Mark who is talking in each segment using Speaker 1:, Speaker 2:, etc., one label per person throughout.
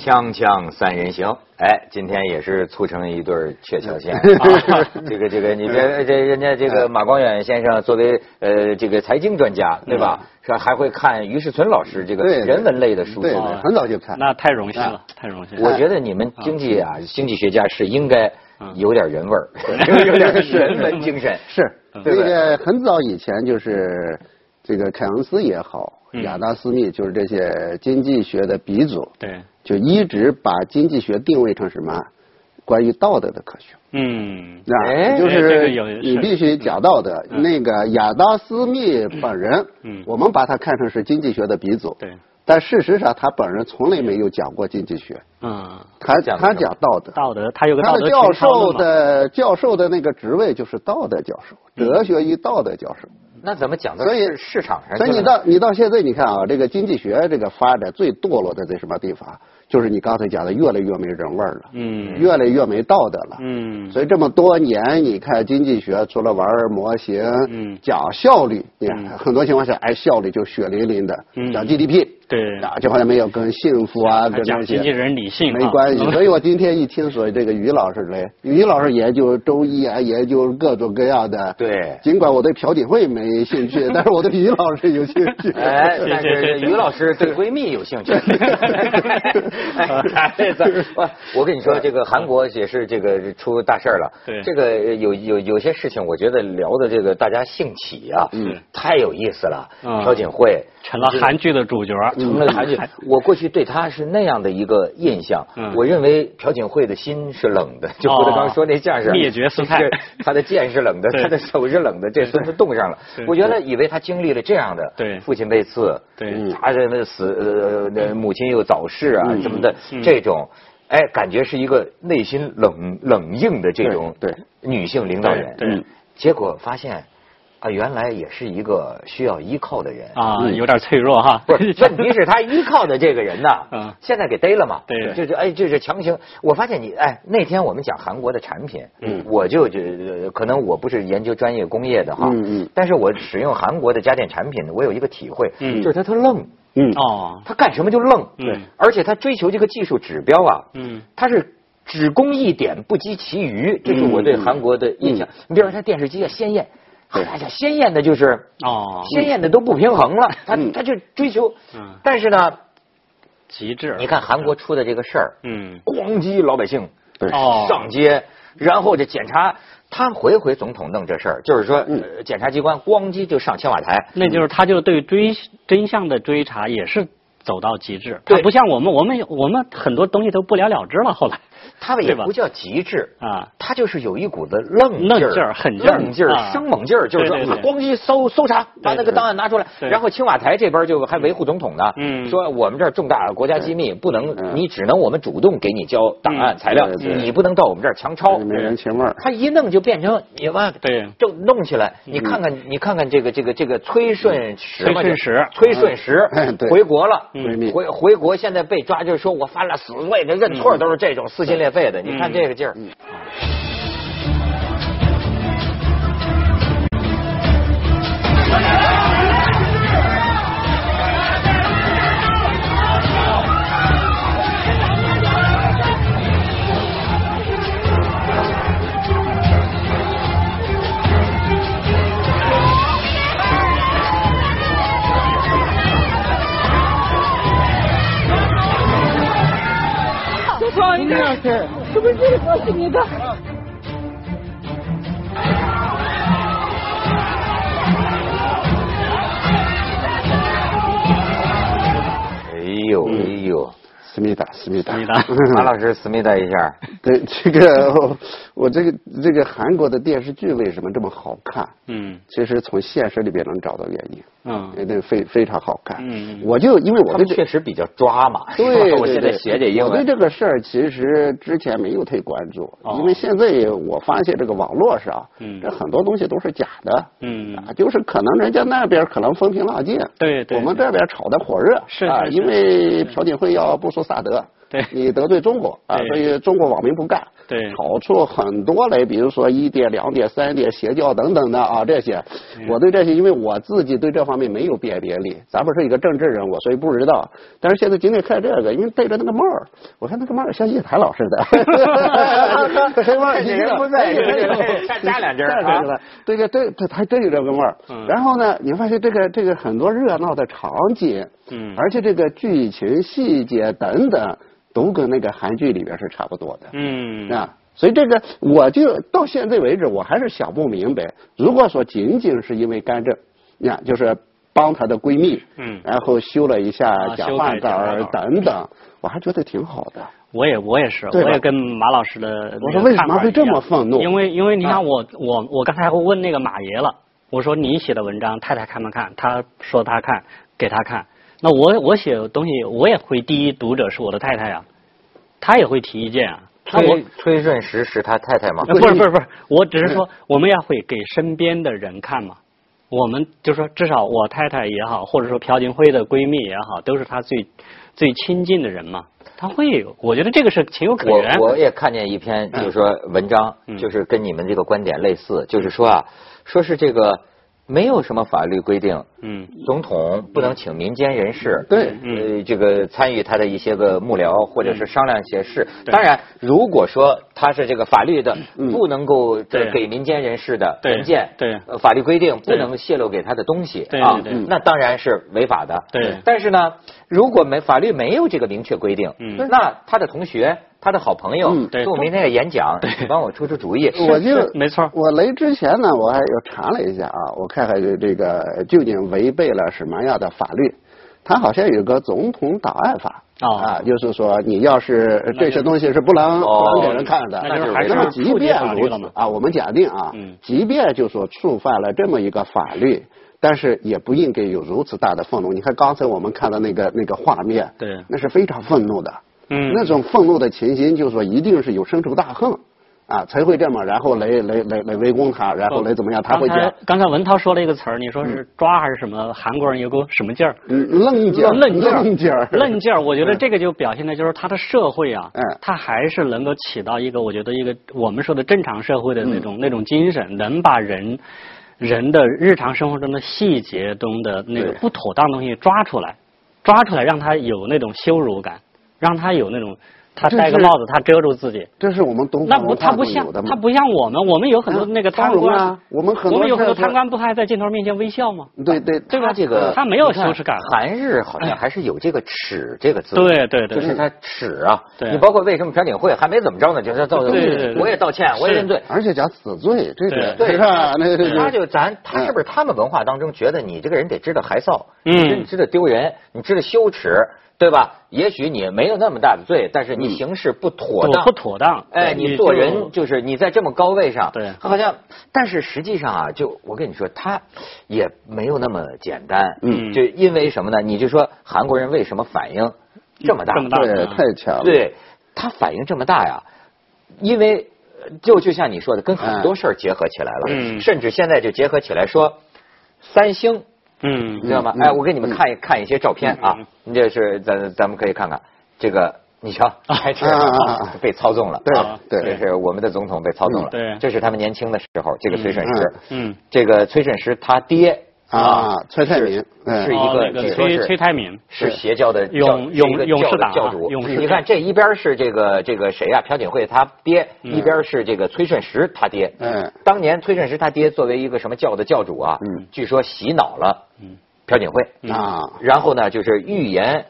Speaker 1: 锵锵三人行，哎，今天也是促成一对儿鹊桥 仙啊。这个这个，你别这人家这
Speaker 2: 哎
Speaker 1: 个马光远先生作为呃这个财经专家，对吧？是吧还会看于世存老师这个
Speaker 2: 嗯对对
Speaker 1: 人文类的书
Speaker 2: 对
Speaker 1: 籍。
Speaker 2: 对，很早就看。
Speaker 3: 哦那太荣幸了，太荣幸了。
Speaker 1: 啊我觉得你们经济啊，经济学家是应该
Speaker 2: 嗯
Speaker 1: 有点人味 儿，有点人文精神。
Speaker 2: 是
Speaker 3: 嗯
Speaker 2: 那个很早以前就是这个凯恩斯也好，
Speaker 3: 嗯
Speaker 2: 亚当斯密就是这些经济学的鼻祖，
Speaker 3: 对，
Speaker 2: 就一直把经济学定位成什么？关于道德的科学，
Speaker 3: 嗯，
Speaker 2: 那
Speaker 1: 哎
Speaker 2: 就
Speaker 3: 这
Speaker 2: 是
Speaker 3: 个有
Speaker 2: 你
Speaker 3: 是嗯
Speaker 2: 必须讲道德。那个亚当斯密本人，
Speaker 3: 嗯
Speaker 2: 我们把他看成是经济学的鼻祖，
Speaker 3: 对，
Speaker 2: 但事实上他本人从来没有讲过经济学，
Speaker 3: 嗯，
Speaker 2: 他
Speaker 1: 讲的
Speaker 2: 他
Speaker 1: 什么
Speaker 2: 讲道德。
Speaker 3: 道德，他有个
Speaker 2: 他
Speaker 3: 道
Speaker 2: 的
Speaker 3: 德
Speaker 2: 教
Speaker 3: 情操
Speaker 2: 授
Speaker 3: 论嘛
Speaker 2: 的教授的那个职位就是道德教授，
Speaker 3: 嗯
Speaker 2: 哲学与道德教授。
Speaker 1: 那怎么讲到
Speaker 2: 所以
Speaker 1: 市市场
Speaker 3: 哎
Speaker 1: 上去了
Speaker 2: 所以
Speaker 1: 呢？
Speaker 2: 你到你到现在，你看啊，这个经济学这个发展最堕落的在什么地方？啊就是你刚才讲的，越来越没人味儿了，
Speaker 3: 嗯
Speaker 2: 越来越没道德了。
Speaker 3: 嗯，
Speaker 2: 所以这么多年，你看经济学除了玩儿模型，
Speaker 3: 嗯
Speaker 2: 讲效率，你看很多情况下，哎，效率就血淋淋的，
Speaker 3: 嗯
Speaker 2: 讲 GDP，
Speaker 3: 对
Speaker 2: 啊，这方面没有跟幸福啊，
Speaker 3: 还
Speaker 2: 跟
Speaker 3: 讲
Speaker 2: 那些
Speaker 3: 经纪人理性啊
Speaker 2: 没关 系。所以我今天一听说这个于老师来，于老师研究中医啊，研究各种各样的。
Speaker 1: 对
Speaker 2: 尽管我对朴槿惠没兴 趣，但是我对于老师有兴趣。
Speaker 1: 哎，
Speaker 3: 谢谢
Speaker 1: 但是
Speaker 3: 谢谢
Speaker 1: 于老师对闺蜜有 兴趣。哎，这次我我跟你说，这个韩国也是这个出大事儿了。
Speaker 3: 对
Speaker 1: 这个有有有些事情，我觉得聊的这个大家兴起啊，
Speaker 3: 嗯
Speaker 1: 太有意思了。
Speaker 3: 嗯
Speaker 1: 朴槿惠
Speaker 3: 成了韩剧的主角，
Speaker 1: 嗯成了韩剧，我过去对她是那样的一个印象，
Speaker 3: 嗯哦
Speaker 1: 我认为朴槿惠的心是冷的，就郭德纲说那相声，
Speaker 3: 灭绝 师太
Speaker 1: 是她的剑是冷的，
Speaker 3: 对
Speaker 1: 她的手是冷的，这孙子冻上了
Speaker 3: 对。
Speaker 1: 我原来以为她经历了这样的，
Speaker 3: 对
Speaker 1: 父亲被刺，
Speaker 3: 对
Speaker 1: 嗯她的那死，呃那母亲又早逝啊什么的
Speaker 3: 嗯
Speaker 1: 这种，哎，感觉是一个内心冷冷硬的这种
Speaker 2: 对对
Speaker 1: 女性领导人，
Speaker 3: 对对嗯，
Speaker 1: 结果发现啊，原来也是一个需要依靠的人
Speaker 3: 啊，有点脆弱哈。
Speaker 1: 嗯 不 是，问题是他依靠的这个人呐
Speaker 3: 嗯，
Speaker 1: 现在给逮了嘛？
Speaker 3: 对
Speaker 1: 就是哎，就是强行。我发现你哎，那天我们讲韩国的产品，嗯，我就觉可能我不是研究专业工业的哈，
Speaker 2: 嗯嗯
Speaker 1: 但是我使用韩国的家电产品，我有一个体会，
Speaker 3: 嗯
Speaker 1: 就是他他愣，
Speaker 2: 嗯，
Speaker 3: 哦，
Speaker 1: 他干什么就愣，
Speaker 3: 对嗯
Speaker 1: 而且他追求这个技术指标啊，
Speaker 3: 嗯，
Speaker 1: 他是。只攻一点不及其余，这是我对韩国的印
Speaker 3: 嗯
Speaker 1: 象。你比如说，他电视机啊鲜艳，哎呀，鲜艳的就是
Speaker 3: 哦，
Speaker 1: 鲜艳的都不平衡了，他
Speaker 2: 啊嗯
Speaker 1: 他就追求
Speaker 3: 嗯，
Speaker 1: 但是呢，
Speaker 3: 极致。
Speaker 1: 你看韩国出的这个事儿，
Speaker 3: 嗯，
Speaker 1: 咣叽老百姓
Speaker 2: 对
Speaker 3: 哦
Speaker 1: 上街，然后这检察，他回回总统弄这事儿，就是说
Speaker 2: 嗯
Speaker 1: 呃检察机关咣叽就上青瓦台，
Speaker 3: 那就是他就对追真相的追查也是走到极致，
Speaker 1: 对
Speaker 3: 他不像我们，我们我们很多东西都不了了之了。后来
Speaker 1: 他们也
Speaker 3: 对吧
Speaker 1: 不叫极致
Speaker 3: 啊，
Speaker 1: 他就是有一股子愣劲
Speaker 3: 愣劲儿狠劲儿
Speaker 1: 愣劲儿、
Speaker 3: 啊
Speaker 1: 生猛劲儿，就是说
Speaker 3: 对对
Speaker 1: 啊
Speaker 3: 对
Speaker 1: 咣叽搜搜查，把那个档案拿出来，
Speaker 3: 对
Speaker 1: 然后青瓦台这边就还维护总统呢，
Speaker 3: 嗯
Speaker 1: 说我们这儿重大国家机密，不能
Speaker 2: 嗯
Speaker 1: 你只能我们主动给你交档案
Speaker 3: 嗯
Speaker 1: 材料，
Speaker 2: 对对
Speaker 1: 你不能到我们这儿强抄，
Speaker 2: 没人情味儿。
Speaker 1: 他一弄就变成你妈
Speaker 3: 对嗯
Speaker 1: 就弄起来。你看看，你看看这个这个这个崔顺实嘛，
Speaker 3: 崔顺哎实
Speaker 1: 崔顺实
Speaker 2: 嗯对
Speaker 1: 回国了
Speaker 2: 闺
Speaker 3: 嗯
Speaker 2: 蜜，
Speaker 1: 回回国现在被抓，就是说我犯了死罪，这认
Speaker 3: 嗯
Speaker 1: 错都是这种撕心裂肺的。你看这个劲儿，
Speaker 4: 你老师，是不是这个是你的？
Speaker 1: 哎呦哎 呦，
Speaker 2: 思密达，思密达，
Speaker 3: 思密 达
Speaker 1: 马老师思密达一下，
Speaker 2: 对这个，我我这个这个韩国的电视剧为什么这么好看？
Speaker 3: 嗯
Speaker 2: 其实从现实里边能找到原因，
Speaker 3: 嗯
Speaker 2: 那非非常好看。
Speaker 3: 嗯
Speaker 2: 我就因为我
Speaker 1: 他们
Speaker 2: 对这
Speaker 1: 确实比较抓 嘛。
Speaker 2: 对
Speaker 1: 是吧
Speaker 2: 对
Speaker 1: 我现在
Speaker 2: 对
Speaker 1: 学这英
Speaker 2: 我对
Speaker 1: 文，
Speaker 2: 这个事儿其实之前没有太关注，
Speaker 3: 哦
Speaker 2: 因为现在我发现这个网络上，
Speaker 3: 嗯
Speaker 2: 这很多东西都是假的，
Speaker 3: 嗯
Speaker 2: 啊，就是可能人家那边可能风平浪静，
Speaker 3: 对对
Speaker 2: 我们这边炒得火热，
Speaker 3: 是
Speaker 2: 啊，
Speaker 3: 是是
Speaker 2: 因为朴槿惠要布署萨德，
Speaker 3: 对
Speaker 2: 你得罪中国啊，
Speaker 3: 对
Speaker 2: 所以中国网民不干，
Speaker 3: 对
Speaker 2: 炒出很多类，比如说一店、两店、三店、邪教等等的啊这些，
Speaker 3: 嗯
Speaker 2: 我对这些，因为我自己对这方面没有辨别力，咱不是一个政治人物，所以不知道。但是现在今天看这个，因为戴着那个帽儿我看那个帽儿像叶檀老师的， 黑帽儿哎
Speaker 1: 这人不在 这加两针儿啊
Speaker 2: 啊，对对对，他还真有这个味儿。
Speaker 3: 嗯
Speaker 2: 然后呢，你发现这个这个很多热闹的场景，
Speaker 3: 嗯
Speaker 2: 而且这个剧情细节等等，都跟那个韩剧里边是差不多的。
Speaker 3: 嗯，
Speaker 2: 啊，所以这个我就到现在为止，我还是想不明白，如果说仅仅是因为干政，你看就是帮她的闺蜜，
Speaker 3: 嗯
Speaker 2: 然后修了一下
Speaker 3: 啊
Speaker 2: 假
Speaker 3: 修
Speaker 2: 发杆
Speaker 3: 改假发
Speaker 2: 儿
Speaker 3: 杆儿
Speaker 2: 等等，我还觉得挺好的。
Speaker 3: 我也我也是，
Speaker 2: 对吧
Speaker 3: 我也跟马老师的
Speaker 2: 我
Speaker 3: 那
Speaker 2: 说
Speaker 3: 个
Speaker 2: 为什
Speaker 3: 看
Speaker 2: 么
Speaker 3: 法
Speaker 2: 会
Speaker 3: 一
Speaker 2: 这么
Speaker 3: 样
Speaker 2: 愤怒？
Speaker 3: 因为因为你
Speaker 2: 啊
Speaker 3: 看我我我刚才还问那个马爷了，我说你写的文章太太看不看？他说他看，给他看。那我我写东西我也会第一读者是我的太太呀、她也会提意见啊。那我
Speaker 1: 崔崔顺实是他太太 吗？
Speaker 3: 呃不是不是不是，我只是说我们要会给身边的人看嘛。我们就说，至少我太太也好，或者说朴槿惠的闺蜜也好，都是她最最亲近的人嘛。她会有，我觉得这个是情有可原。
Speaker 1: 我我也看见一篇，就是说文章，
Speaker 3: 嗯
Speaker 1: 就是跟你们这个观点类似，就是说啊，说是这个没有什么法律规定，
Speaker 3: 嗯
Speaker 1: 总统不能请民间人士，
Speaker 2: 对
Speaker 3: 嗯
Speaker 1: 呃，这个参与他的一些个幕僚或者是商量一些事。
Speaker 3: 嗯对
Speaker 1: 当然，如果说他是这个法律的，
Speaker 2: 嗯
Speaker 1: 不能够呃
Speaker 3: 对
Speaker 1: 给民间人士的
Speaker 3: 对
Speaker 1: 文件，
Speaker 3: 对
Speaker 1: 呃，法律规定不
Speaker 3: 对
Speaker 1: 能泄露给他的东西
Speaker 3: 对
Speaker 1: 啊
Speaker 3: 对对，
Speaker 1: 那当然是违法的。
Speaker 3: 对
Speaker 1: 但是呢，如果没法律没有这个明确规定，
Speaker 3: 嗯
Speaker 1: 那他的同学。他的好朋友
Speaker 2: 嗯
Speaker 3: 对
Speaker 1: 跟我明天要演讲，你帮我出出主意。
Speaker 2: 我就是
Speaker 3: 没错
Speaker 2: 我来之前呢，我还又查了一下啊，我看看这这个究竟违背了什么样的法律。它好像有个总统档案法、
Speaker 3: 哦
Speaker 2: 啊，就是说你要是
Speaker 3: 那
Speaker 2: 这
Speaker 3: 就
Speaker 2: 些东西是不能
Speaker 1: 哦
Speaker 2: 不能给人看的，
Speaker 3: 那就是
Speaker 1: 还是
Speaker 2: 那即
Speaker 3: 触及
Speaker 2: 便
Speaker 3: 法律
Speaker 2: 如
Speaker 3: 了
Speaker 2: 此
Speaker 3: 嘛
Speaker 2: 啊，我们假定啊
Speaker 3: 嗯，
Speaker 2: 即便就说触犯了这么一个法律。但是也不应该有如此大的愤怒。你看刚才我们看到那个那个画面，
Speaker 3: 对
Speaker 2: 那是非常愤怒的。
Speaker 3: 嗯，
Speaker 2: 那种愤怒的情形，就是说一定是有深仇大恨啊，才会这么，然后来来来来围攻
Speaker 3: 哦
Speaker 2: 他，然后来怎么样，他会
Speaker 3: 刚才
Speaker 2: 讲
Speaker 3: 刚才文涛说了一个词儿，你说是抓还是什么？韩国人有股什么劲儿？
Speaker 2: 嗯愣劲儿，
Speaker 3: 愣劲儿，
Speaker 2: 愣劲 儿，
Speaker 3: 愣劲儿。我觉得这个就表现的就是他的社会啊，
Speaker 2: 嗯
Speaker 3: 他还是能够起到一个，我觉得一个我们说的正常社会的那
Speaker 2: 嗯
Speaker 3: 种、那种精神，能把人人的日常生活中的细节中的那个
Speaker 2: 对
Speaker 3: 不妥当的东西抓出
Speaker 2: 嗯
Speaker 3: 来，抓出来让他有那种羞辱感，让他有那种他
Speaker 2: 这
Speaker 3: 戴个
Speaker 2: 是
Speaker 3: 帽子他遮住自己。
Speaker 2: 这是我们东
Speaker 3: 那
Speaker 2: 方
Speaker 3: 不，
Speaker 2: 文
Speaker 3: 他
Speaker 2: 化
Speaker 3: 不
Speaker 2: 都有
Speaker 3: 像
Speaker 2: 的嘛
Speaker 3: 他不像我们，我们有很多那个
Speaker 2: 啊
Speaker 3: 贪
Speaker 2: 包容
Speaker 3: 官，
Speaker 2: 啊我们很多
Speaker 3: 我们有很多
Speaker 2: 事儿是
Speaker 3: 贪官不还在镜头面前微笑吗？
Speaker 2: 对对，
Speaker 3: 对吧？
Speaker 1: 他这个
Speaker 3: 他没有
Speaker 1: 你看
Speaker 3: 羞耻感，
Speaker 1: 韩日好像还是有这个“耻”这个字。
Speaker 3: 对对对
Speaker 1: 就是他耻啊。
Speaker 3: 对
Speaker 1: 你包括为什么朴槿惠还没怎么着呢，就是道歉，
Speaker 3: 对对对对
Speaker 1: 我也道歉，我也认罪。
Speaker 2: 而且讲死罪，这个
Speaker 1: 对
Speaker 2: 是吧？那这
Speaker 1: 他
Speaker 2: 个
Speaker 1: 就咱他是不是他们文化当中觉得你这个人得知道害臊，
Speaker 3: 嗯
Speaker 1: 你知知道丢人，你知道羞耻，对吧？也许你没有那么大的罪，但是你行事不妥当，
Speaker 3: 不嗯妥当。
Speaker 1: 哎，
Speaker 3: 对
Speaker 1: 你做
Speaker 3: 就
Speaker 1: 人就是你在这么高位上，
Speaker 3: 对
Speaker 1: 好像，但是实际上啊，就我跟你说，他也没有那么简单，
Speaker 3: 嗯
Speaker 1: 就因为什么呢？你就说韩国人为什么反应这么大？
Speaker 3: 这么大
Speaker 2: 对太强了，
Speaker 1: 对啊他反应这么大呀，因为呃就就像你说的，跟很多事儿结合起来了，
Speaker 3: 嗯
Speaker 1: 甚至现在就结合起来说，三星
Speaker 3: 嗯
Speaker 1: 你知道吗？
Speaker 2: 嗯
Speaker 1: 哎，我给你们看一看一些照片啊
Speaker 3: 嗯，
Speaker 1: 这是咱咱们可以看看这个，你瞧，还是
Speaker 2: 啊啊啊
Speaker 1: 被操纵了
Speaker 2: 对
Speaker 1: 啊！
Speaker 2: 对
Speaker 1: 这是我们的总统被操纵了。
Speaker 3: 嗯对
Speaker 1: 这是他们年轻的时候，这个崔顺实，
Speaker 3: 嗯，
Speaker 1: 这个崔顺实他爹
Speaker 2: 啊，崔泰民，嗯
Speaker 1: 是一
Speaker 3: 哦
Speaker 1: 个
Speaker 3: 那个
Speaker 1: 你说
Speaker 3: 崔
Speaker 1: 是
Speaker 3: 崔泰敏
Speaker 1: 是邪教的教
Speaker 3: 勇勇
Speaker 1: 是一个
Speaker 3: 勇士
Speaker 1: 教的
Speaker 3: 党啊
Speaker 1: 教主。
Speaker 3: 勇士
Speaker 1: 你
Speaker 3: 党
Speaker 1: 看这一边是这个这个谁啊？朴槿惠他爹，
Speaker 3: 嗯
Speaker 1: 一边是这个崔顺实他爹。
Speaker 2: 嗯，
Speaker 1: 当年崔顺实他爹作为一个什么教的教主啊，
Speaker 2: 嗯
Speaker 1: 据说洗脑了
Speaker 3: 嗯
Speaker 1: 朴槿惠。
Speaker 3: 嗯
Speaker 2: 啊，
Speaker 1: 然后呢，就是预言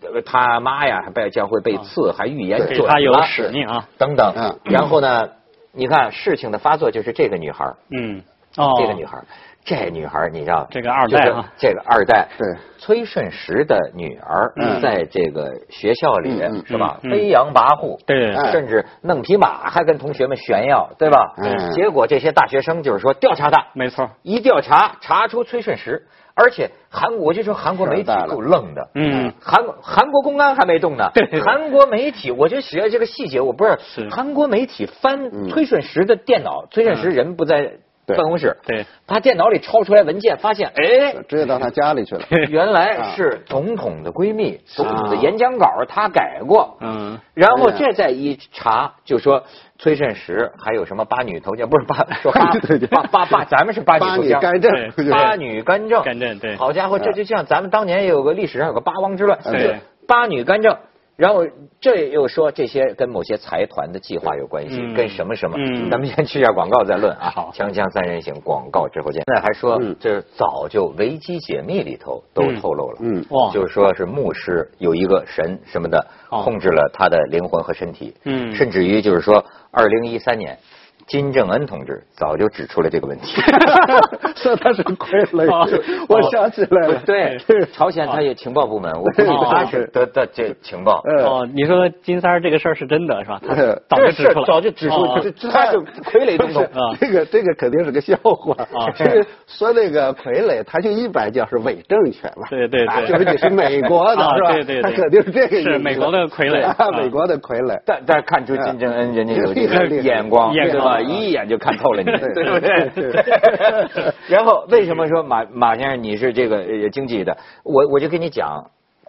Speaker 1: 呃他妈呀，还被将会被刺，还预言
Speaker 3: 给
Speaker 1: 准
Speaker 3: 啊他有
Speaker 1: 了
Speaker 3: 使命啊。
Speaker 1: 等等
Speaker 2: 嗯。
Speaker 1: 然后呢，你看事情的发作就是这个女孩儿，
Speaker 3: 嗯，哦，
Speaker 1: 这个女孩儿，这女孩儿你知道
Speaker 3: 这个二代啊，
Speaker 1: 就是这个二代
Speaker 2: 对
Speaker 1: 崔顺实的女儿
Speaker 3: 嗯
Speaker 1: 在这个学校里
Speaker 2: 嗯嗯
Speaker 1: 是吧，
Speaker 3: 嗯
Speaker 1: 飞扬跋扈，
Speaker 3: 对
Speaker 2: 哎
Speaker 1: 甚至弄匹马还跟同学们炫耀，对吧？
Speaker 2: 嗯
Speaker 1: 结果这些大学生就是说调查他，
Speaker 3: 没错，
Speaker 1: 一调查查出崔顺实，而且韩国我就说韩国媒体
Speaker 2: 事儿啊大了
Speaker 1: 够愣的，
Speaker 3: 嗯
Speaker 1: 韩国韩国公安还没动呢，
Speaker 3: 对
Speaker 1: 韩国媒体我就学这个细节，我不知道，
Speaker 3: 是
Speaker 1: 韩国媒体翻
Speaker 2: 嗯
Speaker 1: 崔顺实的电脑，崔顺实人不在
Speaker 2: 对
Speaker 1: 办公室，
Speaker 3: 对，
Speaker 1: 他电脑里抄出来文件，发现哎，
Speaker 2: 直接到他家里去了。
Speaker 1: 原来是总统的闺
Speaker 2: 啊
Speaker 1: 蜜，总统的演讲稿他改过，
Speaker 3: 嗯，
Speaker 1: 然后这再一查，就说崔慎实还有什么八女头家，不是八，说八
Speaker 2: 对对
Speaker 1: 八八八，咱们是八
Speaker 2: 八
Speaker 1: 女
Speaker 2: 你
Speaker 1: 头家。
Speaker 2: 干政
Speaker 3: 对，
Speaker 2: 就是
Speaker 1: 八女干政，
Speaker 3: 干政对啊
Speaker 1: 好家伙，这就像咱们当年也有个历史上有个八王之乱，
Speaker 2: 对
Speaker 1: 就是八女干政，然后这又说这些跟某些财团的计划有关系，
Speaker 3: 嗯
Speaker 1: 跟什么什么，
Speaker 3: 嗯
Speaker 1: 咱们先去一下广告再论啊。
Speaker 3: 好
Speaker 1: 锵锵三人行广告之后见。现在还说
Speaker 2: 嗯，
Speaker 1: 这早就维基解密里头都透露了，
Speaker 2: 嗯嗯
Speaker 3: 哇
Speaker 1: 就是说是牧师有一个神什么的
Speaker 3: 哦
Speaker 1: 控制了他的灵魂和身体，
Speaker 3: 嗯
Speaker 1: 甚至于就是说，二零一三年。金正恩同志早就指出了这个问 题，
Speaker 2: 说他是傀
Speaker 3: 哦
Speaker 2: 儡，我想起来了。
Speaker 1: 对，朝鲜它有情报部门，我估计
Speaker 3: 哦
Speaker 1: 他是呃得得这情报。
Speaker 2: 嗯
Speaker 3: 哦，你说金三儿这个事儿是真的是吧？他
Speaker 2: 对
Speaker 3: 早就指
Speaker 1: 这
Speaker 3: 出来，
Speaker 1: 早就指出
Speaker 3: 哦，
Speaker 1: 这这他就傀儡总统。
Speaker 3: 啊
Speaker 2: 这个这个肯定是个笑话
Speaker 3: 啊，
Speaker 2: 这个说那个傀儡，他就一般讲是伪政权嘛，
Speaker 3: 对对
Speaker 2: 啊
Speaker 3: 对
Speaker 2: 就是你是美国的
Speaker 3: 啊
Speaker 2: 是吧？
Speaker 3: 对对对
Speaker 2: 他肯定是这个意思，
Speaker 3: 是美国的傀儡
Speaker 2: 啊
Speaker 3: 啊
Speaker 2: 美国的傀儡，
Speaker 1: 但但是看出金正恩人家有这个眼光，
Speaker 3: 眼
Speaker 1: 对吧？
Speaker 3: 光
Speaker 1: 一眼就看透了你，
Speaker 2: 对
Speaker 1: 对不
Speaker 2: 对
Speaker 1: 对？ 然后为什么说马马先生你是这个呃经济的？我我就跟你讲，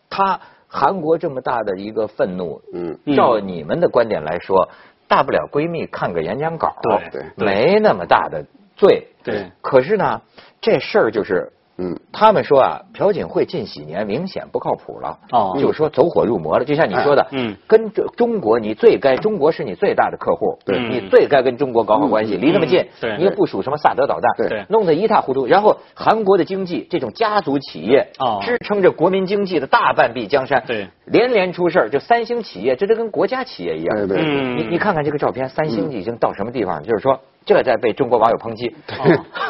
Speaker 1: 他韩国这么大的一个愤怒，
Speaker 2: 嗯，
Speaker 1: 照你们的观点来说，大不了闺蜜看个演讲稿，
Speaker 3: 对
Speaker 2: 对
Speaker 1: 没那么大的罪。
Speaker 3: 对，
Speaker 1: 可是呢，这事儿就是
Speaker 2: 嗯，
Speaker 1: 他们说啊，朴槿惠近几年明显不靠谱了，
Speaker 3: 哦
Speaker 1: 就说走火入魔了。就像你说的，
Speaker 3: 嗯嗯，
Speaker 1: 跟中中国你最该，中国是你最大的客户，
Speaker 2: 对
Speaker 1: 你最该跟中国搞好关系，离那么近
Speaker 3: 嗯，对
Speaker 1: 你也部署什么萨德导弹，
Speaker 3: 对
Speaker 1: 弄得一塌糊涂。然后韩国的经济这种家族企业，
Speaker 3: 哦
Speaker 1: 支撑着国民经济的大半壁江山，
Speaker 3: 对，
Speaker 1: 连连出事儿，就三星企业，这都跟国家企业一样，
Speaker 2: 对对对，
Speaker 3: 嗯
Speaker 1: 你你看看这个照片，三星已经到什么地方？就是说，这在被中国网友抨击。
Speaker 3: 哦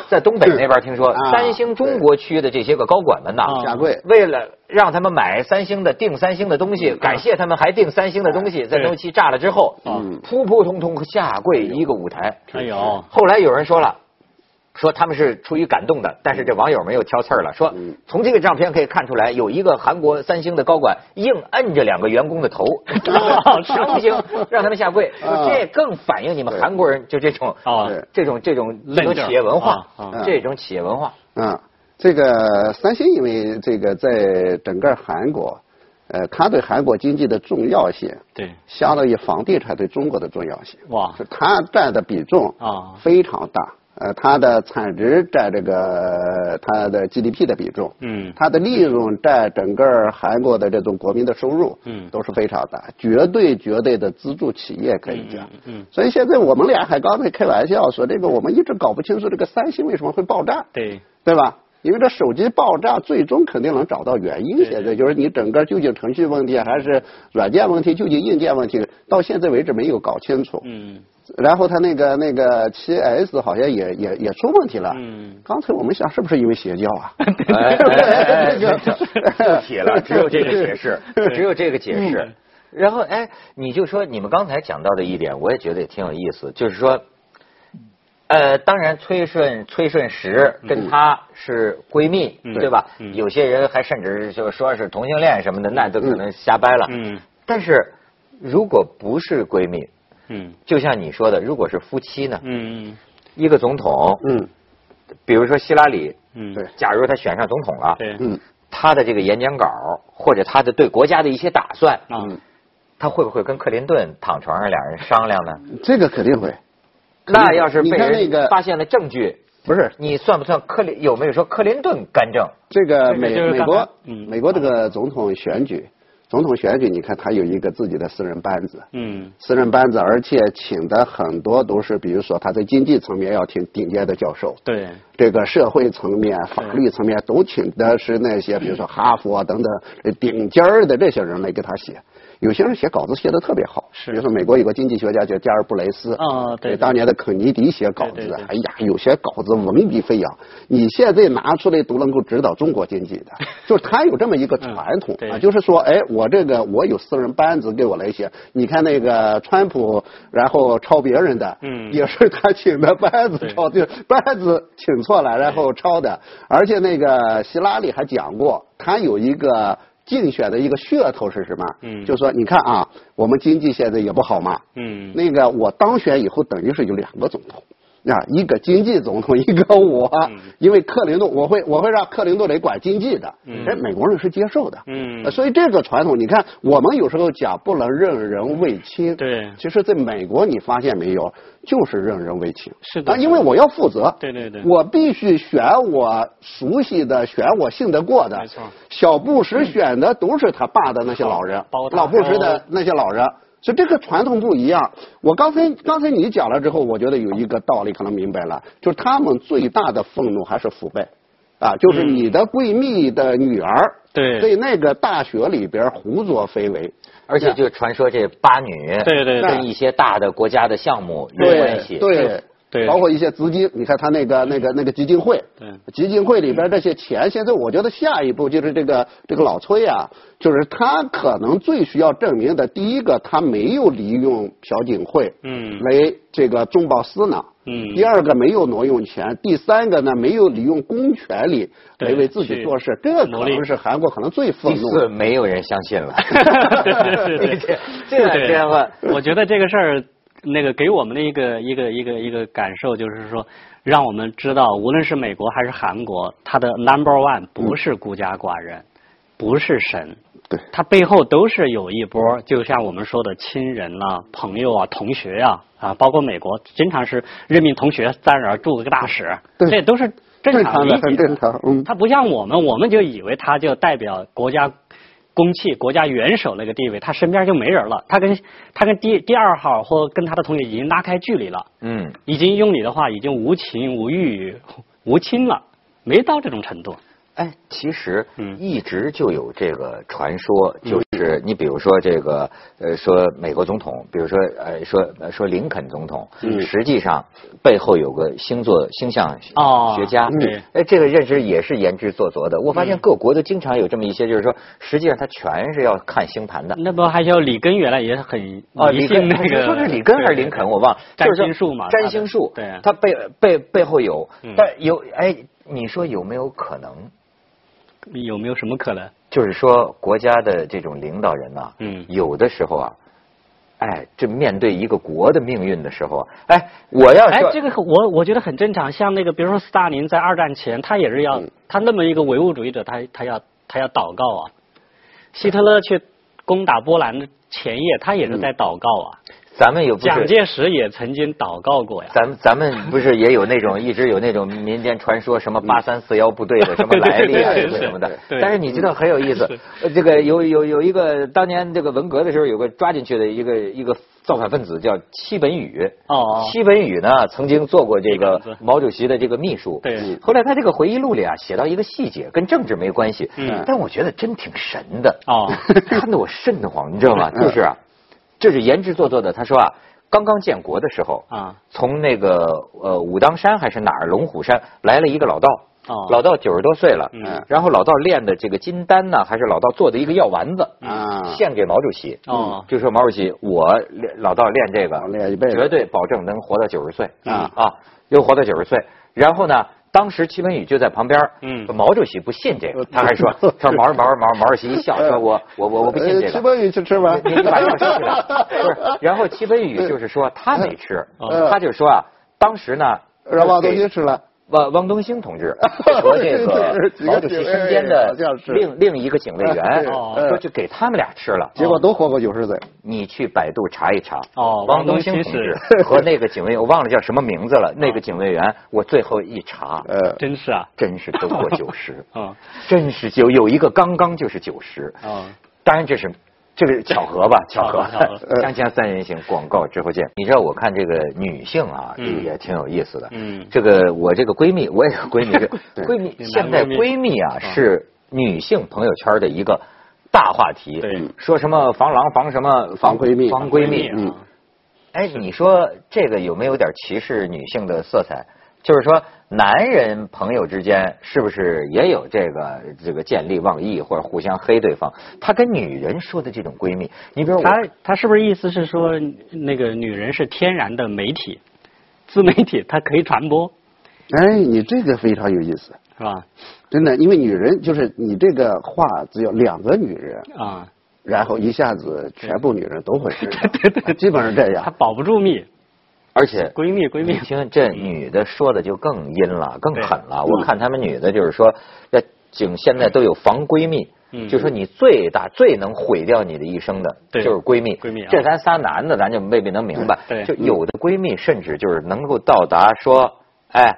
Speaker 1: 在东北那边听说，
Speaker 2: 啊
Speaker 1: 三星中国区的这些个高管们呐，
Speaker 3: 啊
Speaker 2: 下跪
Speaker 1: 为了让他们买三星的、订三星的东西，感谢他们还订三星的东西，在
Speaker 3: 嗯对
Speaker 1: 东西炸了之后
Speaker 2: 嗯，
Speaker 1: 扑扑通通下跪一个舞台。
Speaker 3: 哎呦，
Speaker 1: 后来有人说了。说他们是出于感动的，但是这网友没有挑刺儿了。说
Speaker 2: 嗯
Speaker 1: 从这个照片可以看出来，有一个韩国三星的高管硬摁着两个员工的 头，
Speaker 3: 哦
Speaker 1: 强行让他们下跪。
Speaker 3: 啊
Speaker 1: 说这更反映你们
Speaker 2: 对
Speaker 1: 韩国人就这种
Speaker 3: 哦
Speaker 2: 对
Speaker 1: 这种这种这
Speaker 3: 愣
Speaker 1: 种
Speaker 3: 劲儿
Speaker 1: 企业文化嗯
Speaker 3: 啊
Speaker 2: 啊，
Speaker 1: 这种企业文化。
Speaker 2: 啊，这个三星因为这个在整个韩国，呃，它对韩国经济的重要性，
Speaker 3: 对，
Speaker 2: 相当于房地产对中国的重要性。
Speaker 3: 哇
Speaker 2: 是它占的比重
Speaker 3: 啊
Speaker 2: 非常大。呃，它的产值占这个它的 GDP 的比重，
Speaker 3: 嗯
Speaker 2: 它的利润占整个韩国的这种国民的收入，
Speaker 3: 嗯
Speaker 2: 都是非常大，绝对绝对的资助企业可以讲
Speaker 3: 嗯，嗯嗯
Speaker 2: 所以现在我们俩还刚才开玩笑说，这个我们一直搞不清楚这个三星为什么会爆炸，
Speaker 3: 对，
Speaker 2: 对吧？因为这手机爆炸最终肯定能找到原因，
Speaker 3: 对
Speaker 2: 现在就是你整个究竟程序问题还是软件问题，究竟硬件问题，到现在为止没有搞清楚。
Speaker 3: 嗯
Speaker 2: 然后他那个那个七 S 好像也也也出问题
Speaker 1: 啊
Speaker 2: 了。
Speaker 3: 嗯，
Speaker 2: 刚才我们想是不是因为邪教 啊？
Speaker 1: 哎哎哎哎
Speaker 2: 这个
Speaker 1: 不提了，只有这个解释，只有这个解释。然后哎，你就说你们刚才讲到的一点，我也觉得也挺有意思，就是说，呃，当然崔顺崔顺实跟她是闺蜜，
Speaker 3: 嗯
Speaker 1: 对吧？
Speaker 3: 嗯
Speaker 1: 有些人还甚至就说是同性恋什么的，那都可能瞎掰了。
Speaker 3: 嗯
Speaker 1: 但是如果不是闺蜜，
Speaker 3: 嗯
Speaker 1: 就像你说的，如果是夫妻呢？
Speaker 3: 嗯
Speaker 1: 一个总统，
Speaker 2: 嗯，
Speaker 1: 比如说希拉里，
Speaker 3: 嗯，
Speaker 2: 对
Speaker 1: 假如他选上总统了，
Speaker 3: 对，
Speaker 2: 嗯
Speaker 1: 他的这个演讲稿或者他的对国家的一些打算，
Speaker 3: 啊，
Speaker 1: 他会不会跟克林顿躺床上俩人商量呢？
Speaker 2: 这个肯定会，肯定
Speaker 1: 那要是被
Speaker 2: 你看那
Speaker 1: 人
Speaker 2: 个
Speaker 1: 发现了证据，
Speaker 2: 不是
Speaker 1: 你算不算克林？有没有说克林顿干政？
Speaker 2: 这个
Speaker 3: 这个
Speaker 2: 美
Speaker 3: 就是
Speaker 2: 美
Speaker 3: 刚
Speaker 2: 国
Speaker 3: 才嗯
Speaker 2: 美国这个总统选举，总统选举，你看他有一个自己的私人班子，
Speaker 3: 嗯
Speaker 2: 私人班子，而且请的很多都是，比如说他在经济层面要请顶尖的教授，
Speaker 3: 对，
Speaker 2: 这个社会层面、法律层面都请的是那些，比如说哈佛啊等等呃顶尖儿的这些人来给他写。有些人写稿子写的特别好，
Speaker 3: 是
Speaker 2: 比如说美国有个经济学家叫加尔布雷斯，
Speaker 3: 哦对
Speaker 2: 给当年的肯尼迪写稿
Speaker 3: 对
Speaker 2: 子
Speaker 3: 对对，
Speaker 2: 哎呀，有些稿子文笔飞扬，你现在拿出来都能够指导中国经 济的，就是他有这么一个传统
Speaker 3: 嗯对
Speaker 2: 啊，就是说，哎，我这个我有私人班子给我来写，你看那个川普，然后抄别人的，
Speaker 3: 嗯
Speaker 2: 也是他请的班子
Speaker 3: 对
Speaker 2: 抄就班子请错了，然后抄的。而且那个希拉里还讲过，他有一个竞选的一个噱头是什么？
Speaker 3: 嗯
Speaker 2: 就说你看啊，我们经济现在也不好嘛，
Speaker 3: 嗯
Speaker 2: 那个我当选以后，等于是有两个总统。啊，一个经济总统，一个我，
Speaker 3: 嗯
Speaker 2: 因为克林顿，我会我会让克林顿来管经济的，哎，美国人是接受的，
Speaker 3: 嗯
Speaker 2: 呃所以这个传统，你看我们有时候讲不能任人唯亲，
Speaker 3: 对
Speaker 2: 其实在美国你发现没有，就是任人唯亲，
Speaker 3: 是的
Speaker 2: 啊，因为我要负责，
Speaker 3: 对对对
Speaker 2: 我必须选我熟悉的，选我信得过的，
Speaker 3: 没错嗯
Speaker 2: 小布什选的都是他爸的那些老人
Speaker 3: 包，大
Speaker 2: 老布什
Speaker 3: 哦
Speaker 2: 的那些老人。所以这个传统不一样。我刚才刚才你讲了之后，我觉得有一个道理可能明白了，就是他们最大的愤怒还是腐败，啊，就是
Speaker 3: 嗯
Speaker 2: 你的闺蜜的女儿，
Speaker 3: 对
Speaker 2: 对那个大学里边胡作非为，
Speaker 1: 而且就传说这八女，
Speaker 3: 对对对
Speaker 1: 跟一些大的国家的项目有关系，
Speaker 2: 对
Speaker 3: 对
Speaker 2: 包括一些资金，你看他那个那个那个基金会，
Speaker 3: 对
Speaker 2: 基金会里边这些钱，现在我觉得下一步就是这个这个老崔啊，就是他可能最需要证明的，第一个他没有利用朴槿惠，
Speaker 3: 嗯
Speaker 2: 来这个中饱私囊。
Speaker 3: 嗯
Speaker 2: 第二个没有挪用钱，第三个呢没有利用公权力来
Speaker 3: 对
Speaker 2: 为自己
Speaker 3: 去
Speaker 2: 做事，这个可
Speaker 3: 努力
Speaker 2: 能是韩国可能最愤
Speaker 1: 第
Speaker 2: 怒的。
Speaker 1: 四没有人相信了。
Speaker 3: 对对对对，
Speaker 1: 这两
Speaker 3: 对
Speaker 1: 天吧，
Speaker 3: 我觉得这个事儿，那个给我们的一个一个一个一个感受就是说，让我们知道，无论是美国还是韩国，它的 number one 不是孤家寡人，不是神，
Speaker 2: 对
Speaker 3: 它背后都是有一波，就像我们说的亲人啦、朋友啊、同学呀、啊，包括美国经常是任命同学在哪儿驻个大使，
Speaker 2: 对
Speaker 3: 这都是正
Speaker 2: 正
Speaker 3: 常
Speaker 2: 常
Speaker 3: 理解
Speaker 2: 的很正常嗯
Speaker 3: 他不像我们，我们就以为他就代表国家公器、国家元首那个地位，他身边就没人了。他跟他跟第第二号或跟他的同学已经拉开距离了，
Speaker 1: 嗯，
Speaker 3: 已经用你的话已经无情无欲无亲了，没到这种程度。
Speaker 1: 哎，其实
Speaker 3: 嗯
Speaker 1: 一直就有这个传说，就是你比如说这个呃，说美国总统，比如说呃，说呃说林肯总统，
Speaker 3: 嗯
Speaker 1: 实际上背后有个星座星象
Speaker 3: 哦
Speaker 1: 学家，
Speaker 3: 对嗯
Speaker 1: 哎，这个认识也是言之凿凿的。我发现各国都经常有这么一些，就是说，实际上他全是要看星盘的。
Speaker 3: 那不还有里根原来也很
Speaker 1: 哦，
Speaker 3: 迷
Speaker 1: 里根，
Speaker 3: 信那个，
Speaker 1: 说是里根还是林肯，我忘了。
Speaker 3: 占
Speaker 1: 就是说
Speaker 3: 星术嘛他的
Speaker 1: 占星术，
Speaker 3: 对啊
Speaker 1: 他背背背后有
Speaker 3: 嗯，
Speaker 1: 但有哎，你说有没有可能？
Speaker 3: 对有没有什么可能？
Speaker 1: 就是说，国家的这种领导人呐、
Speaker 3: 嗯
Speaker 1: 有的时候啊，哎，这面对一个国的命运的时候啊，哎，我要
Speaker 3: 哎
Speaker 1: 说，，
Speaker 3: 这个很我我觉得很正常。像那个，比如说斯大林在二战前，他也是要、
Speaker 1: 嗯
Speaker 3: 他那么一个唯物主义者，他他要他要祷告啊。希特勒去攻打波兰的前夜，他也是在祷告啊。
Speaker 1: 咱们嗯有不
Speaker 3: 蒋
Speaker 1: 是，
Speaker 3: 介石也曾经祷告过呀。
Speaker 1: 咱们咱们不是也有那种一直有那种民间传说，什么八三四幺部队 的什么来历啊
Speaker 3: 嗯对对对
Speaker 1: 什么的
Speaker 3: 是。对
Speaker 1: 但是你知道很有意思，呃这个有有有一个当年这个文革的时候，有个抓进去的一个一个造反分子叫戚本禹。
Speaker 3: 哦哦
Speaker 1: 戚本禹呢曾经做过这个
Speaker 3: 本子
Speaker 1: 毛主席的这个秘书。
Speaker 3: 对嗯
Speaker 1: 后来他这个回忆录里啊，写到一个细节，跟政治没关系，
Speaker 3: 嗯
Speaker 1: 但我觉得真挺神的，
Speaker 3: 哦 嗯
Speaker 1: 看得我瘆得慌，你知道吗？就是啊，这是言之做作的。他说啊，刚刚建国的时候
Speaker 3: 啊，
Speaker 1: 从那个呃武当山还是哪儿龙虎山来了一个老道。
Speaker 3: 哦
Speaker 1: 老道九十多岁了，
Speaker 3: 嗯
Speaker 2: 哎
Speaker 1: 然后老道炼的这个金丹呢，还是老道做的一个药丸子，
Speaker 3: 嗯
Speaker 2: 啊
Speaker 1: 献给毛主席。
Speaker 3: 哦
Speaker 1: 就说毛主席，我练老道练这个，
Speaker 2: 练一辈子
Speaker 1: 绝对保证能活到九十岁
Speaker 2: 啊
Speaker 1: 啊，又活到九十岁。然后呢，当时戚文宇就在旁边，
Speaker 3: 嗯
Speaker 1: 毛主席不信这个，
Speaker 2: 呃
Speaker 1: 他还 说说毛毛毛毛主席一笑说我我我我不信这
Speaker 2: 呃
Speaker 1: 个
Speaker 2: 吃。饭你去吃吧。
Speaker 1: 你你把药吃了，不是？然后戚文宇就是说他没吃，
Speaker 2: 嗯呃
Speaker 1: 他就说啊，当时呢， 呃
Speaker 2: 让王东
Speaker 1: 给
Speaker 2: 兴吃了。
Speaker 1: 汪汪东兴同 志和这个毛主席身边的
Speaker 2: 好像是
Speaker 1: 另另一个警卫员，
Speaker 3: 哦
Speaker 1: 说就给他们俩吃了。
Speaker 2: 结果都活过九十岁。
Speaker 1: 你去百度查一查，
Speaker 3: 哦
Speaker 1: 汪东兴同志和那个警卫，我忘了叫什么名字了。那个警卫员，我最后一查，
Speaker 2: 呃，
Speaker 3: 真是啊。
Speaker 1: 真是都过九十，
Speaker 3: 嗯
Speaker 1: 真是有有一个刚刚就是九十。
Speaker 3: 哦
Speaker 1: 当然这是这个巧合吧，巧合
Speaker 3: 巧合巧。
Speaker 1: 锵锵三人行，广告之后见。你知道我看这个女性啊，这
Speaker 3: 嗯
Speaker 1: 个也挺有意思的。
Speaker 3: 嗯
Speaker 1: 这个我这个闺蜜，我也有闺蜜，这闺蜜
Speaker 3: 你男
Speaker 1: 现在
Speaker 3: 闺蜜
Speaker 1: 闺蜜啊
Speaker 3: 啊
Speaker 1: 是女性朋友圈的一个大话题。
Speaker 3: 对
Speaker 1: 说什么防狼防什么
Speaker 2: 防闺蜜啊
Speaker 1: 防闺蜜。啊
Speaker 3: 嗯，
Speaker 1: 哎，你说这个有没有点歧视女性的色彩？就是说，男人朋友之间是不是也有这个这个见利忘义或者互相黑对方？她跟女人说的这种闺蜜，你比如我
Speaker 3: 他他是不是意思是说，那个女人是天然的媒体，自媒体，它可以传播，
Speaker 2: 哎，你这个非常有意思，
Speaker 3: 是吧？
Speaker 2: 真的，因为女人就是你这个话，只有两个女人，
Speaker 3: 啊、
Speaker 2: 然后一下子全部女人都会知道，基本上这
Speaker 3: 它
Speaker 2: 样。
Speaker 3: 保不住密。
Speaker 1: 而且
Speaker 3: 闺蜜闺蜜
Speaker 1: 你听这女的说的就更阴了，更狠了。
Speaker 3: 嗯
Speaker 1: 我看他们女的就是说，要警现在都有防闺蜜，
Speaker 3: 嗯
Speaker 1: 就说你最大最能毁掉你的一生的，就
Speaker 3: 对
Speaker 1: 是闺蜜。
Speaker 3: 闺蜜啊
Speaker 1: 这咱仨男的，咱就未必能明白。
Speaker 3: 嗯对
Speaker 1: 就有的闺蜜甚至就是能够到达说，哎，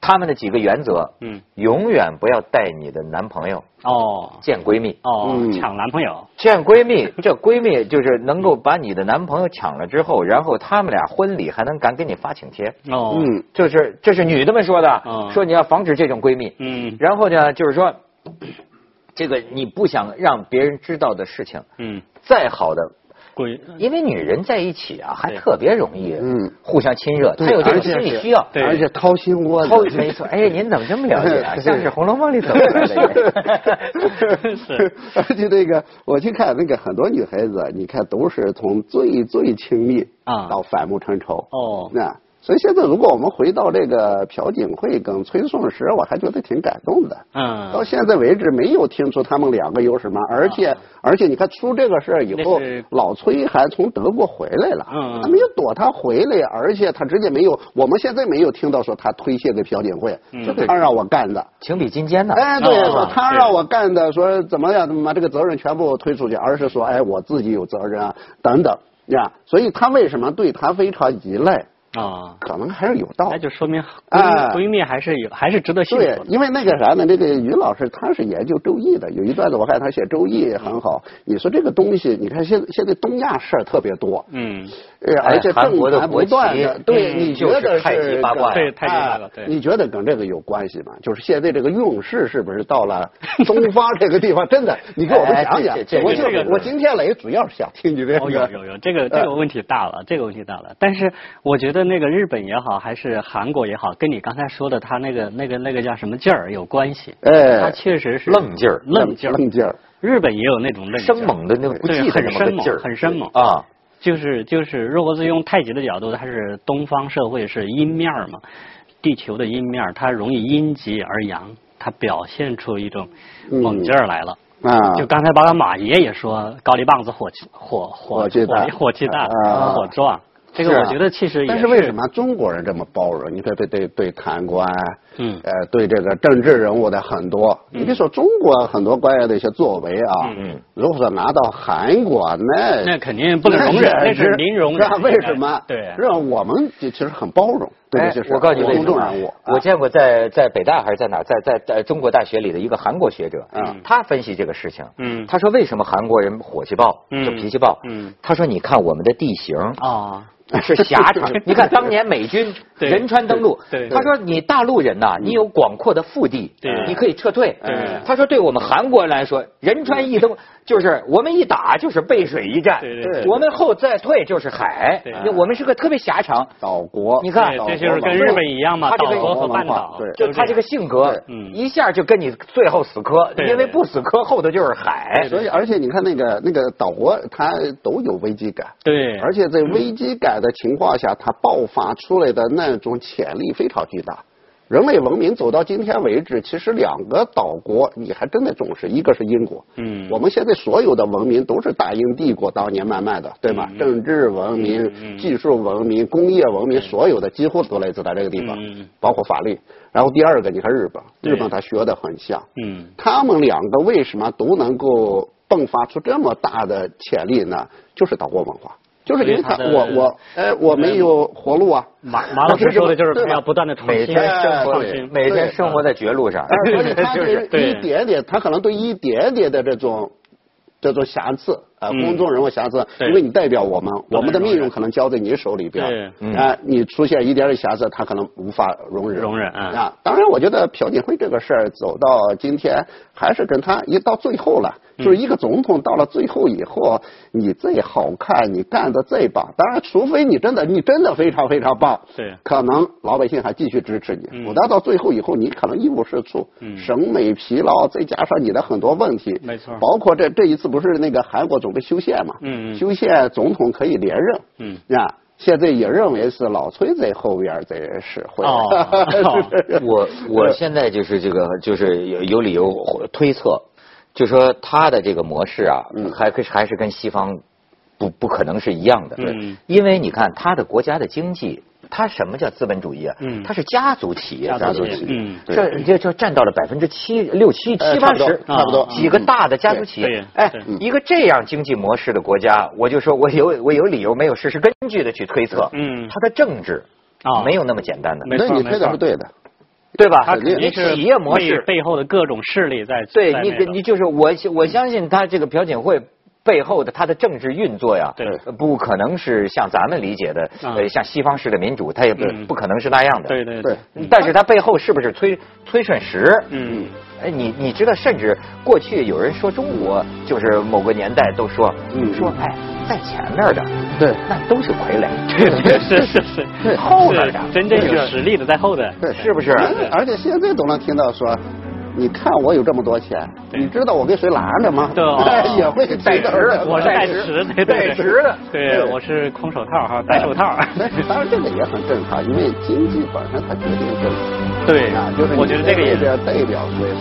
Speaker 1: 他们的几个原则，
Speaker 3: 嗯，
Speaker 1: 永远不要带你的男朋友
Speaker 3: 哦
Speaker 1: 见闺蜜。
Speaker 3: 哦
Speaker 2: 嗯，
Speaker 3: 抢男朋友，
Speaker 1: 见闺 蜜，这闺蜜就是能够把你的男朋友抢了之后，然后他们俩婚礼还能敢给你发请帖，
Speaker 3: 哦，
Speaker 2: 嗯
Speaker 1: 就是这是女的们说的，
Speaker 3: 嗯
Speaker 1: 说你要防止这种闺蜜。
Speaker 3: 嗯
Speaker 1: 然后呢，就是说，这个你不想让别人知道的事情，
Speaker 3: 嗯，
Speaker 1: 再好的，
Speaker 3: 闺
Speaker 1: 因为女人在一起啊，还
Speaker 3: 对
Speaker 1: 特别容易
Speaker 2: 嗯
Speaker 1: 互相亲热，她有这
Speaker 2: 而
Speaker 1: 种
Speaker 2: 且
Speaker 1: 心理
Speaker 2: 是
Speaker 1: 需要。
Speaker 3: 对
Speaker 2: 而且掏心窝子
Speaker 1: 哦，， 没错，哎，您怎么这么了解啊？像是《红楼梦》里走出来 的人。
Speaker 3: 是，
Speaker 2: 而且那个，我去看那个很多女孩子，啊你看都是从最最亲密
Speaker 3: 啊
Speaker 2: 到反目成仇。
Speaker 3: 哦
Speaker 2: 那所以现在如果我们回到这个朴槿惠跟崔顺实，我还觉得挺感动的。
Speaker 3: 嗯，
Speaker 2: 到现在为止没有听出他们两个有什么，而且、而且你看出这个事儿以后
Speaker 3: 那是，
Speaker 2: 老崔还从德国回来了，
Speaker 3: 嗯嗯
Speaker 2: 他没有躲他回来，而且他直接没有，我们现在没有听到说他推卸给朴槿惠，
Speaker 3: 嗯
Speaker 2: 这是他让我干的。
Speaker 1: 情比金坚呢？
Speaker 2: 哎，对，
Speaker 3: 啊
Speaker 2: 说他
Speaker 3: 对
Speaker 2: 让我干的，说怎么样，怎么把这个责任全部推出去，而是说，哎，我自己有责任啊，等等呀。所以他为什么对他非常依赖，
Speaker 3: 啊，
Speaker 2: 可能还是有道
Speaker 3: 那
Speaker 2: 理。
Speaker 3: 就说明
Speaker 2: 哎
Speaker 3: 闺闺蜜还是有，还是值得幸
Speaker 2: 对
Speaker 3: 福，的。
Speaker 2: 因为那个啥呢？那个于老师他是研究《周易》的，有一段子我看他写《周易》很好。你说这个东西，你看现现在东亚事儿特别多，
Speaker 3: 嗯，
Speaker 2: 呃，而且
Speaker 1: 韩
Speaker 2: 政
Speaker 1: 国的
Speaker 2: 坛
Speaker 1: 国
Speaker 2: 不
Speaker 1: 旗
Speaker 2: 断的，对，
Speaker 3: 嗯
Speaker 2: 你觉
Speaker 1: 就
Speaker 2: 得
Speaker 1: 是太极八卦呀
Speaker 2: 跟
Speaker 3: 对太极八卦
Speaker 2: 哎
Speaker 3: 对
Speaker 2: 你觉得跟这个有关系吗？就是现在这个用势是不是到了东方这个地方？真的，你给我们
Speaker 1: 哎
Speaker 2: 讲讲
Speaker 1: 这这。
Speaker 2: 我
Speaker 3: 这个
Speaker 2: 就我今天来主要是想听你这
Speaker 3: 哦，有
Speaker 2: 个。
Speaker 3: 有有，这个
Speaker 1: 呃
Speaker 3: 这个问题大了，这个问题大了。但是我觉得那个日本也好，还是韩国也好，跟你刚才说的他那个那个那个叫什么劲儿有关系。他
Speaker 2: 哎，
Speaker 3: 确实是
Speaker 1: 呃愣劲儿
Speaker 3: 愣劲儿，
Speaker 2: 愣劲儿。
Speaker 3: 日本也有那种愣劲儿
Speaker 1: 生，猛的那不
Speaker 3: 对
Speaker 1: 羁的
Speaker 3: 很
Speaker 1: 那么
Speaker 3: 生
Speaker 1: 个
Speaker 3: 猛
Speaker 1: 劲儿，
Speaker 3: 很生猛
Speaker 1: 啊！
Speaker 3: 就是就是，如果是用太极的角度，它是东方社会是阴面儿嘛，地球的阴面儿，它容易阴极而阳，它表现出一种
Speaker 1: 嗯
Speaker 3: 猛劲儿来了。
Speaker 2: 啊，
Speaker 3: 就刚才巴拉马爷也说，高丽棒子火气火火
Speaker 2: 火气大
Speaker 3: 火火气大
Speaker 2: 啊
Speaker 3: 火壮。这个
Speaker 2: 是啊
Speaker 3: 我觉得其实也
Speaker 2: 但是为什么中国人这么包容？你看对对对，贪官，
Speaker 3: 嗯
Speaker 2: 呃，对这个政治人物的很多，你别说中国很多官员的一些作为啊，
Speaker 1: 嗯，
Speaker 2: 如果说拿到韩国那
Speaker 3: 那肯定不能容忍，那
Speaker 2: 那
Speaker 3: 是零容忍
Speaker 2: 那。啊为什么？
Speaker 3: 对，
Speaker 2: 让我们其实很包容，对这
Speaker 1: 哎
Speaker 2: 些事儿
Speaker 1: 我告诉你为什
Speaker 2: 公众
Speaker 1: 么
Speaker 2: 人物
Speaker 1: 啊，，我见过在在北大还是在哪儿，在在在中国大学里的一个韩国学者，
Speaker 2: 嗯
Speaker 1: 他分析这个事情，
Speaker 3: 嗯
Speaker 1: 他说为什么韩国人火气暴，
Speaker 3: 嗯
Speaker 1: 就脾气暴，
Speaker 3: 嗯
Speaker 1: 他说你看我们的地形。哦
Speaker 3: 啊，
Speaker 1: 是狭 长，你看当年美军
Speaker 3: 对
Speaker 1: 仁川登陆，
Speaker 3: 对对嗯
Speaker 1: 他说你大陆人呐，你有广阔的腹地，
Speaker 3: 对
Speaker 1: 你可以撤退
Speaker 3: 对。
Speaker 1: 他说对我们韩国人来说，仁川一登就是我们一打就是背水一战
Speaker 3: 对对对，
Speaker 1: 我们后再退就是海
Speaker 3: 对，
Speaker 1: 我们是个特别狭长，
Speaker 2: 岛国，
Speaker 1: 你看
Speaker 3: 对
Speaker 2: 岛国
Speaker 3: 这就是跟
Speaker 2: 文
Speaker 3: 日
Speaker 2: 化
Speaker 3: 本一样嘛，
Speaker 1: 他这
Speaker 3: 岛
Speaker 1: 个
Speaker 3: 国和半岛
Speaker 2: 文化对，
Speaker 1: 就他这个性格
Speaker 2: 对，
Speaker 3: 嗯
Speaker 1: 一下就跟你最后死磕，
Speaker 3: 对
Speaker 1: 因为不死磕后头就是海。
Speaker 2: 所以而且你看那个那个岛国，它都有危机感，
Speaker 3: 对，
Speaker 2: 而且在危机感的情况下，它爆发出来的那种潜力非常巨大。人类文明走到今天为止，其实两个岛国你还真的重视，一个是英国，
Speaker 3: 嗯
Speaker 2: 我们现在所有的文明都是大英帝国当年慢慢的，对吧？
Speaker 3: 嗯
Speaker 2: 政治文
Speaker 3: 嗯嗯
Speaker 2: 明、技术文明、工业文明，所有的几乎都来自在这个地方
Speaker 3: 嗯嗯，
Speaker 2: 包括法律。然后第二个，你看日本，
Speaker 3: 对
Speaker 2: 日本它学的很像，
Speaker 3: 嗯
Speaker 2: 他们两个为什么都能够迸发出这么大的潜力呢？就是岛国文化，就是因为他
Speaker 3: 所以它的
Speaker 2: 我我哎我没有活路啊，
Speaker 3: 马 马老师说的就是他要不断的创
Speaker 1: 每
Speaker 3: 新，
Speaker 1: 天生活
Speaker 3: 创
Speaker 1: 里
Speaker 3: 新，
Speaker 1: 每天生活在绝路 上，
Speaker 2: 哎所 以他
Speaker 1: 就是
Speaker 2: 对一点点，他可能对一点点的这种这种瑕疵啊，
Speaker 3: 嗯
Speaker 2: 公众人物瑕疵，
Speaker 3: 对
Speaker 2: 因为你代表我们，
Speaker 3: 能
Speaker 2: 我们的命
Speaker 3: 容
Speaker 2: 运
Speaker 3: 忍
Speaker 2: 可能交在你手里边
Speaker 3: 对
Speaker 2: 儿
Speaker 1: 嗯，
Speaker 2: 啊，你出现一点点瑕疵，他可能无法容忍。
Speaker 3: 容忍嗯
Speaker 2: 啊，当然，我觉得朴槿惠这个事儿走到今天，还是跟他一到最后了，就是一个总统到了最后以后，你最好看，你干的最棒，当然，除非你真的你真的非常非常棒，
Speaker 3: 对
Speaker 2: 可能老百姓还继续支持
Speaker 3: 嗯
Speaker 2: 你。否则到最后以后，你可能一无是处，
Speaker 3: 嗯
Speaker 2: 审美疲劳，再加上你的很多问题，
Speaker 3: 没错
Speaker 2: 包括这这一次不是那个韩国准备修宪嘛，
Speaker 3: 嗯嗯
Speaker 2: 修宪总统可以连任，
Speaker 3: 嗯
Speaker 2: 啊。现在也认为是老崔在后边在指挥，
Speaker 3: 哦
Speaker 2: 是
Speaker 1: 我我现在就是这个就是有有理由
Speaker 3: 嗯
Speaker 1: 推测，就说他的这个模式啊，还还是跟西方不不可能是一样的。
Speaker 3: 嗯
Speaker 1: 因为你看他的国家的经济，他什么叫资本主义啊？
Speaker 3: 嗯
Speaker 1: 他是家族企业，
Speaker 3: 家族企业
Speaker 1: 企业，
Speaker 3: 嗯
Speaker 1: 这这就占到了百分之七六七
Speaker 2: 呃
Speaker 1: 七八
Speaker 2: 差不
Speaker 1: 十
Speaker 2: 多，差不
Speaker 3: 嗯
Speaker 2: 多
Speaker 1: 几个大的家族企
Speaker 3: 对嗯
Speaker 1: 业
Speaker 3: 对。
Speaker 1: 哎
Speaker 3: 对，
Speaker 1: 一个这样经济模式的国家，我就说我有我有理由没有事实根据的去推测，
Speaker 3: 嗯
Speaker 1: 他的政治
Speaker 3: 啊
Speaker 1: 没有那么简单的，
Speaker 3: 没错
Speaker 2: 那你推的
Speaker 3: 没错
Speaker 2: 是对的，
Speaker 1: 对吧？
Speaker 3: 哦他肯定
Speaker 1: 你
Speaker 3: 是
Speaker 1: 企业模式
Speaker 3: 为背后的各种势力在
Speaker 1: 对
Speaker 3: 在
Speaker 1: 你
Speaker 3: 那
Speaker 1: 给
Speaker 3: 个
Speaker 1: 你就是我相我相信他这个朴槿惠背后的他的政治运作呀，
Speaker 3: 对
Speaker 1: 呃不可能是像咱们理解的，
Speaker 3: 啊
Speaker 1: 呃，像西方式的民主，他也不
Speaker 3: 嗯
Speaker 1: 不可能是那样的。
Speaker 3: 对对
Speaker 2: 对
Speaker 1: 但是他背后是不是推推顺实？
Speaker 3: 嗯
Speaker 1: 哎，你你知道，甚至过去有人说中国就是某个年代都说，
Speaker 2: 嗯
Speaker 1: 说哎，在前面的
Speaker 2: 对
Speaker 1: 那都是傀 儡，
Speaker 3: 对对 是是是，
Speaker 1: 后边的
Speaker 3: 是真正有实力的在后边，
Speaker 2: 对，
Speaker 1: 是不是？
Speaker 2: 嗯而且现在都能听到说，你看我有这么多钱，
Speaker 3: 对
Speaker 2: 你知道我跟谁拦着吗？
Speaker 3: 对哦
Speaker 2: 也会提到
Speaker 1: 带
Speaker 2: 这
Speaker 1: 职
Speaker 2: 个
Speaker 3: 我是带
Speaker 1: 持
Speaker 3: 持，对对
Speaker 1: 带持的
Speaker 3: 对我是空手套哈，戴手套。
Speaker 2: 哎但是当然这个也很正常，因为经济本身它决定政治
Speaker 3: 对
Speaker 2: 啊，就是你
Speaker 3: 我觉得这个也
Speaker 2: 这样代表所以